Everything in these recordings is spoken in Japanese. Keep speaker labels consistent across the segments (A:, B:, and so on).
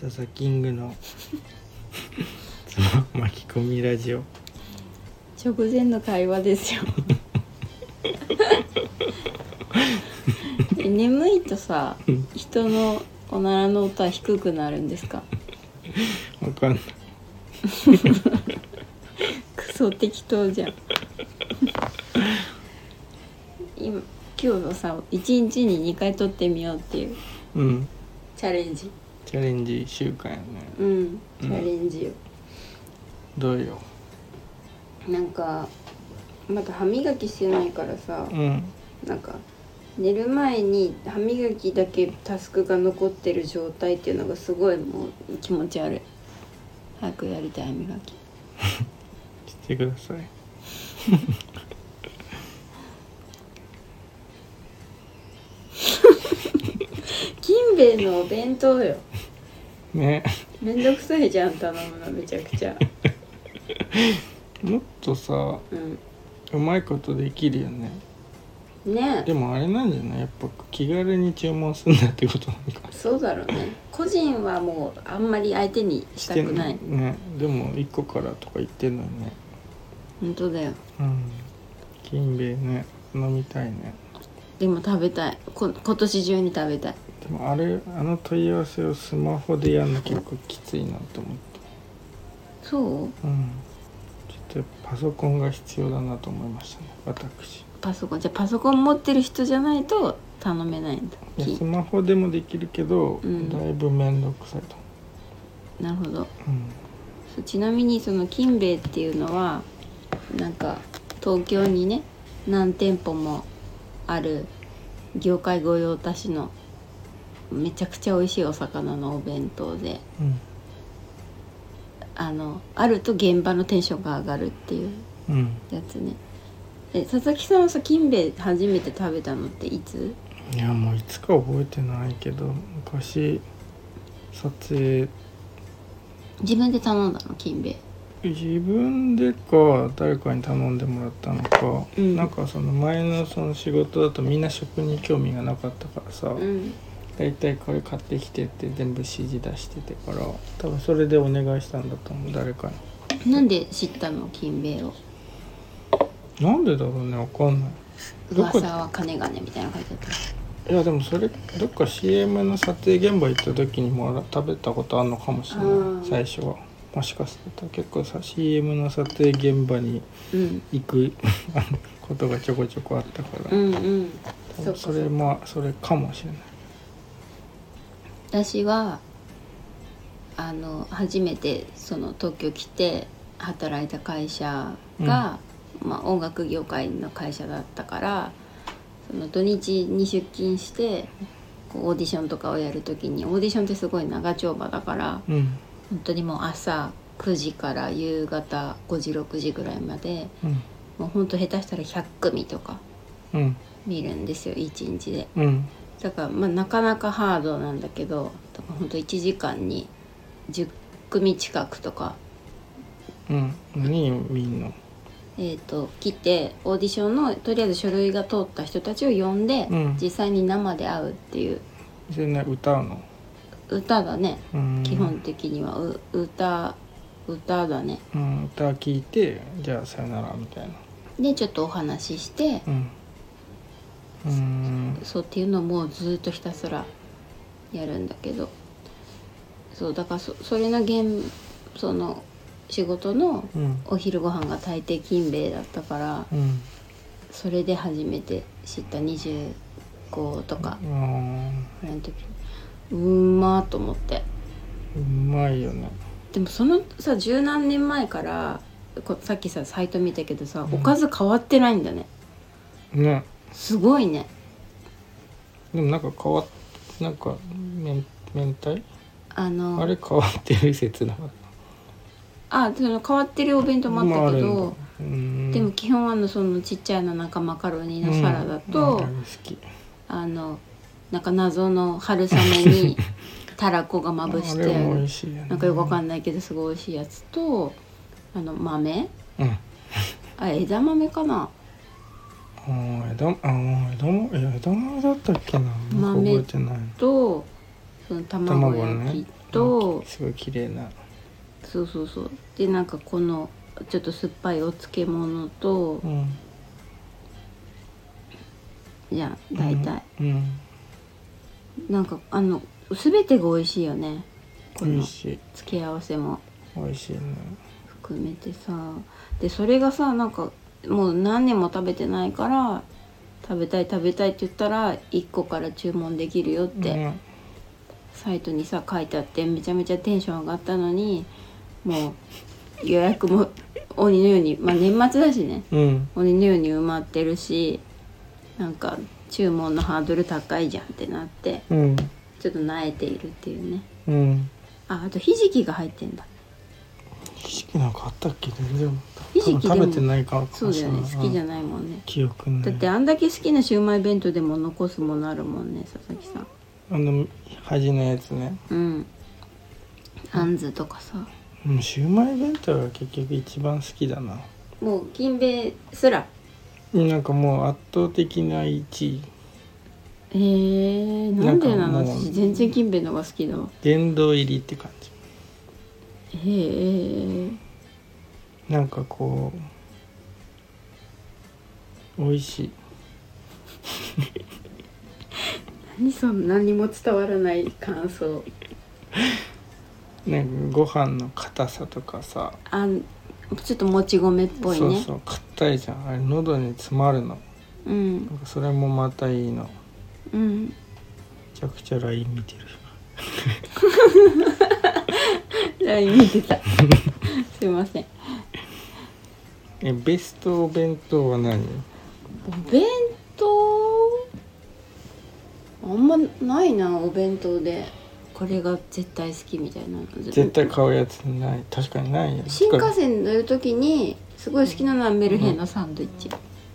A: ササキングのその 巻き込みラジオ
B: 直前の会話 ですよえ眠いとさ人のおならの音は低くなるんですか
A: わかんない
B: クソ適当じゃん 今今日のさ1日に2回撮ってみようっていう
A: うん
B: チャレンジ
A: チャレンジ週間やね
B: うんチャレンジよ、
A: どうよ
B: なんかまだ歯磨きしてないからさ
A: うん
B: なんか寝る前に歯磨きだけタスクが残ってる状態っていうのがすごいもう気持ち悪い早くやりたい歯磨き
A: してください
B: 金兵衛のお弁当よ
A: ね
B: めんどくさいじゃん頼むのめちゃくちゃ
A: もっとさ
B: うん
A: うまいことできるよね
B: ね
A: でもあれなんじゃないやっぱ気軽に注文するんだってことなんか
B: そうだろうね個人はもうあんまり相手にしたくない
A: ねでも1個からとか言ってんのにね
B: 本当だよ
A: うん金兵衛ね飲みたいね
B: でも食べたいこ今年中に食べたい
A: でもあれあの問い合わせをスマホでやるの結構きついなと思っ
B: そう
A: てうんちょっとパソコンが必要だなと思いましたね私
B: パソコンじゃあパソコン持ってる人じゃないと頼めないんだ
A: いや
B: き
A: スマホでもできるけど、
B: うん
A: だいぶ面倒くさいと
B: なるほど
A: うん
B: そうちなみにその金兵衛っていうのはなんか東京にね何店舗もある業界御用達のめちゃくちゃ美味しいお魚のお弁当で
A: うん
B: あのあると現場のテンションが上がるっていう
A: うん
B: やつねえ佐々木さんはさ金兵衛初めて食べたのっていつ
A: いやもういつか覚えてないけど昔撮影
B: 自分で頼んだの金兵衛
A: 自分でか誰かに頼んでもらったのか、
B: うん
A: なんかその前のその仕事だとみんな食に興味がなかったからさ、
B: うん
A: 大体これ買ってきてって全部指示出しててから多分それでお願いしたんだと思う誰か
B: なんで知ったの金兵衛を
A: になんでだろうねわかんないどこ
B: 噂は金がねみたいなの書いてあった
A: いやでもそれどっか CM の撮影現場行った時にもら食べたことあるのかもしれ
B: あ
A: ない
B: ー
A: 最初はもしかすると結構さ CM の撮影現場に
B: うん
A: 行く あのことがちょこちょこあったから、
B: うんうん
A: 多分
B: そっか
A: それまあそれかもしれない
B: 私はあの初めてその東京来て働いた会社が、まあ、音楽業界の会社だったからその土日に出勤してこうオーディションとかをやる時にオーディションってすごい長丁場だから
A: うん
B: 本当にもう朝9時から夕方5時6時ぐらいまで
A: うん
B: もう本当下手したら100組とか
A: うん
B: 見るんですよ1日で。
A: うん
B: だからまあなかなかハードなんだけどだからほんと1時間に10組近くとか、
A: うん何みんな
B: えー、と来てオーディションのとりあえず書類が通った人たちを呼んで、
A: うん
B: 実際に生で会うっていう
A: それね歌うの
B: 歌だね
A: うん
B: 基本的にはう歌歌だね
A: うん歌聞いてじゃあさよならみたいな
B: でちょっとお話しして、
A: うんうん
B: そうっていうのをもうずっとひたすらやるんだけどそうだからそそれの現その仕事の
A: うん
B: お昼ご飯が大抵金兵衛だったから
A: うん
B: それで初めて知った25とか
A: うん
B: ぐらいの時うまーと思って
A: うまいよね
B: でもそのさ十何年前からこさっきさサイト見たけどさおかず変わってないんだね
A: ね
B: すごいね
A: でもなんか変わっなんか明明太
B: あの
A: あれ変わってる説なかっ
B: あその変わってるお弁
A: た
B: 当もあったけ
A: まああるん
B: ど
A: だ、うん
B: でも基本はあのそのちっちゃいのなんかマカロニのサラダ
A: うん
B: と、
A: うんあれ好き
B: あのなんか謎の春雨 にたらこがまぶして
A: あれ
B: あ
A: も美
B: る
A: 味しいよね
B: なんかよくわかんないけどすごい美味しいやつとあの豆
A: うん
B: あ枝豆かな
A: ああ枝ああ枝もいや枝豆だったっけななんか覚えてない
B: とその卵
A: 卵
B: 焼き
A: ね
B: と、
A: すごい綺麗な
B: そうそうそうでなんかこのちょっと酸っぱいお漬物と、
A: うん
B: じゃあ大体、
A: うん
B: なんかあの全てが美味しいよねこ
A: 美
B: の
A: 味しい
B: 付け合わせも
A: 美味しいね
B: 含めてさでそれがさなんかもう何年も食べてないから食べたい食べたいって言ったら1個から注文できるよって、
A: うん
B: サイトにさ書いてあってめちゃめちゃテンション上がったのにもう予約も 鬼のようにまあ年末だしね
A: うん
B: 鬼のように埋まってるしなんか注文のハードル高いじゃんってなって
A: うん
B: ちょっと萎えているっていうね
A: うん
B: ああとひじきが入ってんだ
A: ひじきなんかあったっけ全然
B: ひじきでも
A: 多分食べてないからか
B: そ
A: も
B: う
A: し
B: だ
A: れ
B: よ
A: ない
B: ね好きじゃ
A: い
B: ないもんね
A: 記憶な
B: だ
A: い
B: ってあんだけ好きなシウマイ弁当でも残すものあるもんね佐々木さん
A: あの端のやつね
B: うんあんずとかさ
A: うんシューマイ弁当が結局一番好きだな
B: もう金兵衛すら
A: なんかもう圧倒的な1位
B: えー、なんでなの
A: なんかもう
B: 私全然金兵衛のが好きだわ
A: 殿堂入りって感じ
B: えー、
A: なんかこう美味しい
B: 何その何も伝わらない感想
A: なんかご飯の硬さとかさ、
B: あんちょっともち米っぽい
A: そう
B: ね
A: そう硬いじゃんあれ喉に詰まるの
B: うん
A: なんかそれもまたいいのめ
B: うん
A: ちゃくちゃ LINE 見てる
B: LINE 見てた すいません
A: えベストお弁当は何
B: お弁当あんまないなお弁当でこれが絶対好きみたいなの
A: 絶対買うやつない確かにないよ
B: 新幹線乗る時にすごい好きなのはメルヘンのサンドイッチ、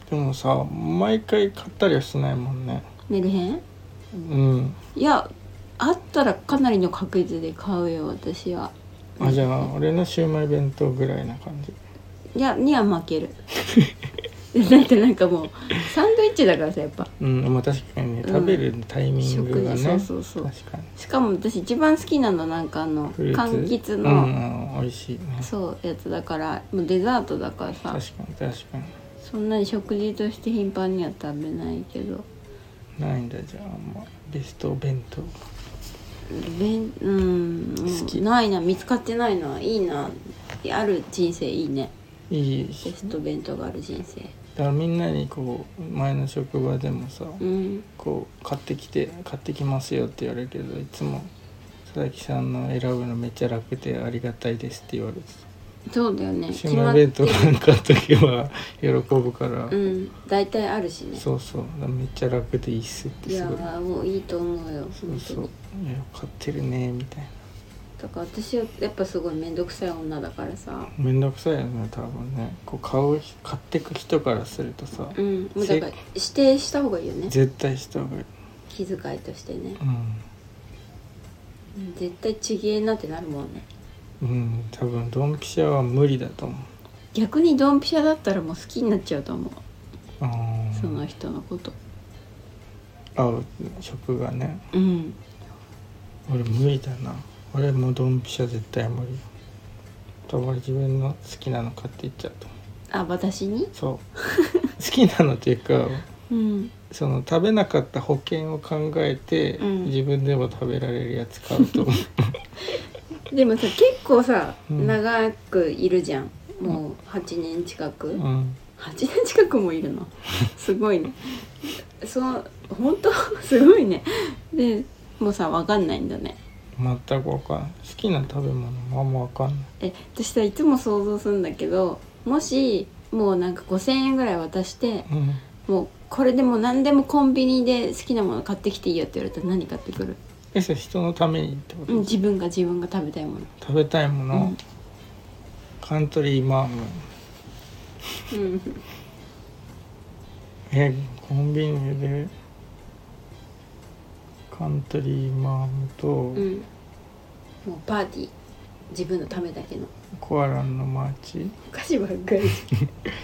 A: でもさ毎回買ったりはしないもんね
B: メルヘン
A: うん
B: いやあったらかなりの確率で買うよ私は
A: あじゃあ俺のシューマイ弁当ぐらいな感じ
B: いやには負ける だってなんかもうサンドイッチだからさやっぱ
A: うんまあ確かにね
B: うん
A: 食べるタイミングがね、
B: 食事そうそうそう
A: 確かに
B: しかも私一番好きなのなんかあの
A: フルーツ
B: 柑橘
A: う
B: の、
A: んうん、美味しいね
B: そうやつだからもうデザートだからさ
A: 確かに確か
B: そんなに食事として頻繁には食べないけど
A: にないんだじゃああんまベストお弁当
B: べんうん
A: 好き
B: ないな見つかってないないいなある人生いいね
A: いい
B: ベ
A: し
B: スト弁当がある人生
A: だからみんなにこう前の職場でもさ
B: うん
A: こう買ってきて買ってきますよって言われるけどいつも佐々木さんの選ぶのめっちゃ楽でありがたいですって言われて
B: そうだよね
A: たシ
B: 決
A: ウマ
B: ま
A: イ
B: っ
A: 弁
B: て
A: 当なんか買っとけば喜ぶから、
B: うん大体あるしね
A: そうそうだからめっちゃ楽でいいっすって
B: い
A: す
B: や
A: ごい
B: ーもういいと思うよ
A: そう
B: 本当
A: そう
B: に
A: いや買ってるねみたいな
B: だから私はやっぱすごい面倒くさい女だからさ
A: めんどくさいよね多分ねこう買う買ってく人からするとさ、
B: うんもうだから指定した方がいいよね
A: 絶対した方がいい、
B: 気遣いとしてね
A: うん
B: うん絶対ちぎえなってなるもんね
A: うん、多分ドンピシャは無理だと思う
B: 逆にドンピシャだったらもう好きになっちゃうと思う
A: あー
B: その人のこと
A: 合う職がね
B: うん
A: 俺無理だな俺もうドンピシャ絶対無理多分俺自分の好きなの買っていっちゃうと思
B: あ私に
A: う そう好きなのっていうか
B: うん
A: その食べなかった保険を考えて、
B: うん
A: 自分でも食べられるやつ買うと思う
B: でもさ結構さ、
A: うん
B: 長くいるじゃんもう8年近く、
A: うん
B: 8年近くもいるのすごいねその本当 すごいねでもうさ分かんないんだね
A: 全く分かんない好きな食べ物もあんま分かんない
B: え私さいつも想像するんだけどもしもうなんか5,000円ぐらい渡して
A: うん
B: もうこれでもう何でもコンビニで好きなもの買ってきていいよって言われたら何買ってくる、
A: えそれ人のためにってこと、
B: うん、自分が自分が食べたいもの
A: 食べたいもの、
B: うん
A: カントリーマーム
B: うん
A: えコンビニでカントリーマームと
B: うんもうパーティー自分のためだけの
A: コアランのマーチ、
B: お菓子ばっかり
A: だっ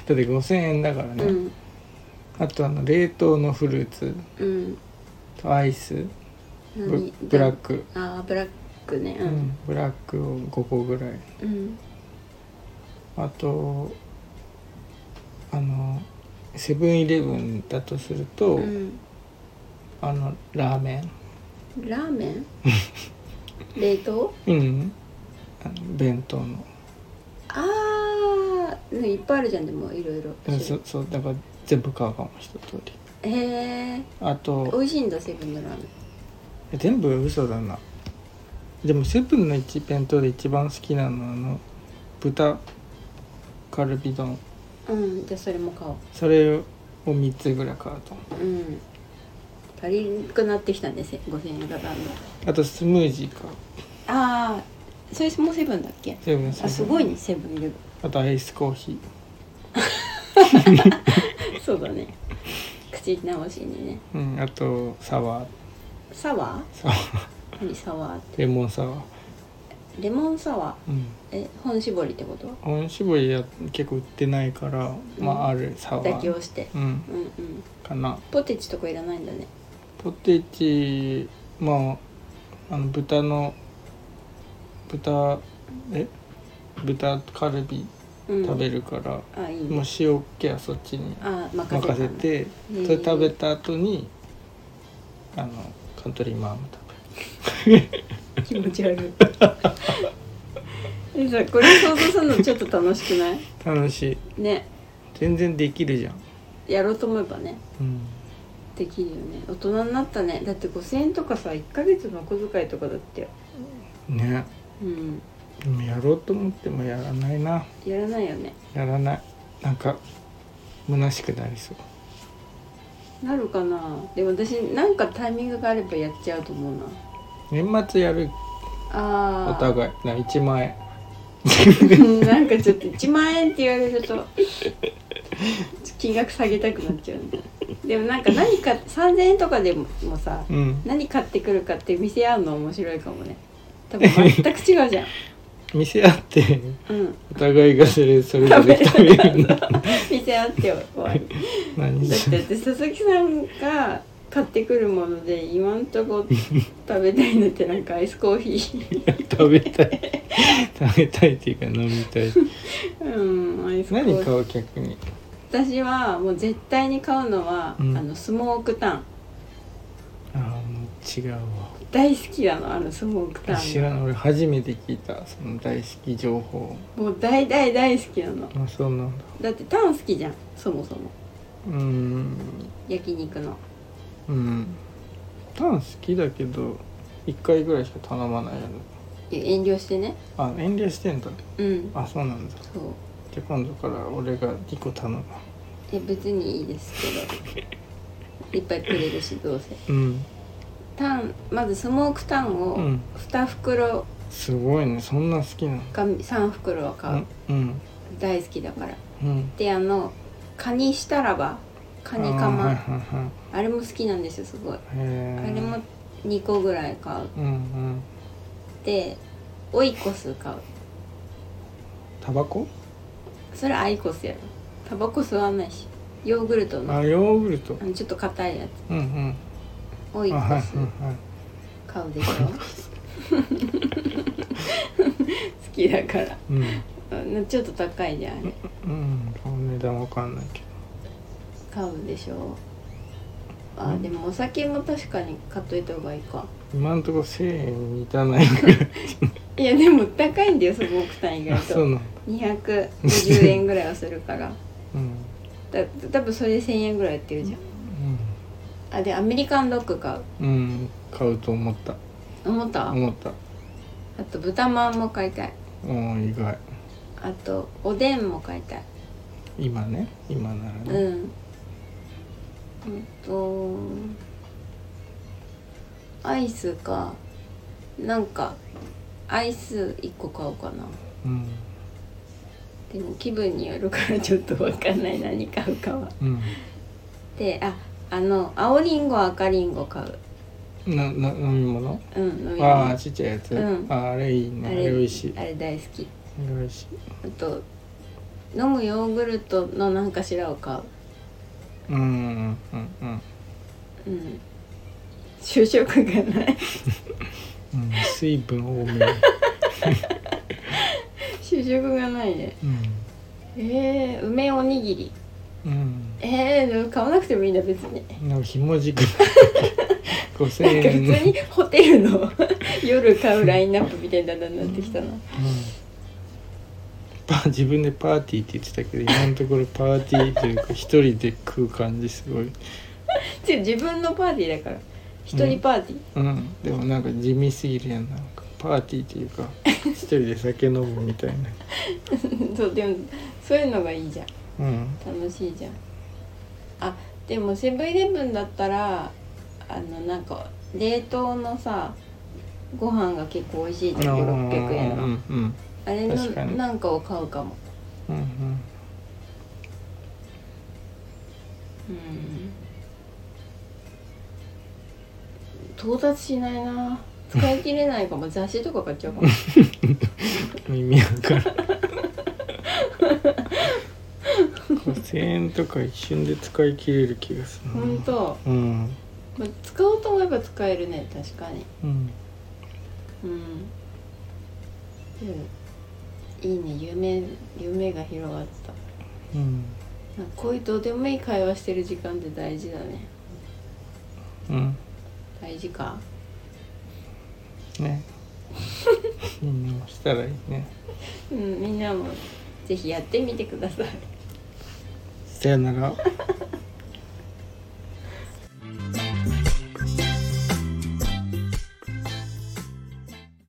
A: て5000円だからね、
B: うん
A: あとあの冷凍のフルーツ
B: うん
A: とアイスブ
B: 何
A: ブラック
B: あーブラックねう
A: うんん、ブラックを5個ぐらい
B: うん
A: あとあのセブンイレブンだとすると、
B: うん
A: あのラーメ
B: ラーメ ン冷凍
A: ンうんあの弁当の
B: ああいっぱいあるじゃんでもいろいろ
A: うんそそうだから全部買うかも一通り
B: へえ
A: あ
B: 美
A: と
B: 味しいんだセブンのラーメン
A: 全部嘘だなでもセブンの一弁当で一番好きなのはあの豚カルビ丼
B: うんじゃあそれも買おう
A: それを3つぐらい買うと思
B: うん足りなくなってきたんです5000円がだんだん
A: うあとスムージー買う
B: ああそれもセブンだっけ
A: セブンセブ
B: あ
A: ン
B: すごいねセブンイレブ
A: あとアイスコーヒ
B: ン そうだね口直しにね
A: ー、うん、あとサワー
B: サワー
A: サワ ー
B: 何サワーって
A: レモンサワー、
B: レモンサワー
A: うん、
B: え本絞りってこと
A: 本搾りは結構売ってないから、まああるサワ
B: 妥
A: ー、
B: 協して
A: うん、
B: うんうん
A: かな
B: ポテチとかいらないんだね
A: ポテチまああの豚の豚え豚カルビ
B: うん
A: 食べるから、
B: あいい
A: もう
B: ね
A: 塩気はそっちに
B: あ任せた
A: 任せて
B: へえ
A: それ食べた後にあのカントリーマーム
B: 気持ち悪い えさこれ想像するのちょっと楽しくない
A: 食べる楽しい
B: ね
A: 全然できるじゃん、
B: やろうと思えばね
A: うん、
B: できるよね大人になったねだって5000円とかさ1ヶ月のお小遣いとかだってよ
A: ね
B: うん
A: でもやろうと思ってもやらないな
B: やらないよね
A: やらないなんか虚しくなりそう
B: なるかなでも私なんかタイミングがあればやっちゃうと思うな
A: 年末やる
B: あ
A: お
B: あ
A: 互いな1万円
B: なんかちょっと1万円って言われると金額下げたくなっちゃうねでもなんか何か3000円とかでももさ
A: うん
B: 何買ってくるかって見せ合うの面白いかもね多分全く違うじゃん
A: 見せ合って
B: うん
A: お互いがそれそれぞれ食べるんだ
B: 見せ合って終わり
A: 何
B: だっ
A: そ
B: て
A: れ
B: 私佐々木さんが買ってくるもので今んとこ食べたいのってなんかアイスコーヒー
A: 食べたい食べたいっていうか飲みたい
B: うんアイスコーヒ
A: 何
B: ー
A: 買う逆に
B: 私はもう絶対に買うのは、
A: うん
B: あのスモークタン
A: ああもう違うわ
B: 大好きなのあのスモークタ
A: 知
B: ン
A: らない俺初めて聞いたその大好き情報
B: もう大大大好きなの
A: まあそうなんだ
B: だってタン好きじゃんそもそも
A: うーん
B: 焼肉の
A: うんパン好きだけど1回ぐらいしか頼まないやろ
B: いや遠慮してね
A: あ遠慮してんだ
B: うん
A: あそうなんだ
B: そう
A: じゃあ今度から俺が2個頼む
B: いや別にいいです けどいっぱいくれるしどうせ
A: うん
B: タンまずスモークタン
A: う
B: を
A: ん
B: 2袋
A: すごいねそんな好きなの
B: か3袋は買う、
A: うん
B: 大好きだから
A: うん
B: であのカニしたらばカニカ
A: あーはい
B: マ
A: はいはい
B: あれも好きなんですよすごいあ
A: へー
B: れも2個ぐらい買う
A: うんうん
B: でオイコス買う
A: タバコ
B: それアイコスやろタバコ吸わないしヨーグルトの
A: あヨーグルト
B: あのちょっと硬いやつ
A: うんうん
B: オイコ
A: あはいはい
B: ス
A: はい
B: 買うでしょ 好きだから
A: うん
B: うんちょっと高いじゃんあれ
A: うんお値段わかんないけ
B: 買うでしょあーでもお酒も確かに買っといた方がいいか
A: ど今んとこ1000円に満たないぐらい
B: いやでも高いんだよそこ奥さん意
A: あ
B: 外
A: そう
B: と
A: なんだ
B: 250円ぐらいはするから
A: うん
B: だ多分それ1000円ぐらいやってるじゃんあでアメリカンドッグ買う
A: うん、うん、買うと思った
B: 思った、
A: 思った
B: あと豚まんも買いたい
A: うん意外
B: あとおでんも買いたい
A: 今ね今ならね、
B: うんうんとアイスかなんかアイス1個買おうかな
A: うん
B: でも気分によるからちょっとわかんない何買うかは
A: うん
B: でああの青りんご赤りんご買う
A: なな飲み物
B: うん飲み
A: ああ
B: 物
A: ちっちゃいやつ、
B: うん
A: ああれいいねあれ美味しい
B: あれ大好き
A: あれ美味しい
B: あと飲むヨーグルトの何かしらを買う
A: うんうんうんうん
B: うん就職がない
A: うん水分多め、
B: 主食がないねえー、梅おにぎり
A: うん、
B: えー、でも買わなくてもいいな別に
A: うん、なんかひもじく5,000
B: なんか普
A: 円の、
B: 通にホテルの 夜買うラインナップみたいにだんだんなってきたな
A: うんパー、自分でパーティーって言ってたけど今のところパーティーというか一人で食う感じすごい、
B: 違う自分のパーティーだから一人パーティー、
A: うん、でもなんか地味すぎるやんなんかパーティーというか一人で酒飲むみたいな
B: そうでもそういうのがいいじゃん
A: うん
B: 楽しいじゃんあでもセブンイレブンだったらあのなんか冷凍のさご飯が結構美味しい時600円
A: う
B: の
A: んうん
B: あれの
A: 確かに
B: なんかを買うかも
A: うんうん
B: うん到達しないな使い切れないかも雑誌とか買っちゃうかも
A: 耳あから5,000円とか一瞬で使い切れる気がするな
B: ほんと、
A: うん
B: まあ、使おうと思えば使えるね確かに
A: うん
B: うんでもいいね夢夢が広がってた
A: うん
B: なんかこういうどうでもいい会話してる時間って大事だね
A: うん
B: 大事か
A: ねみんなもしたらいいね
B: うんみんなもぜひやってみてください
A: さよなら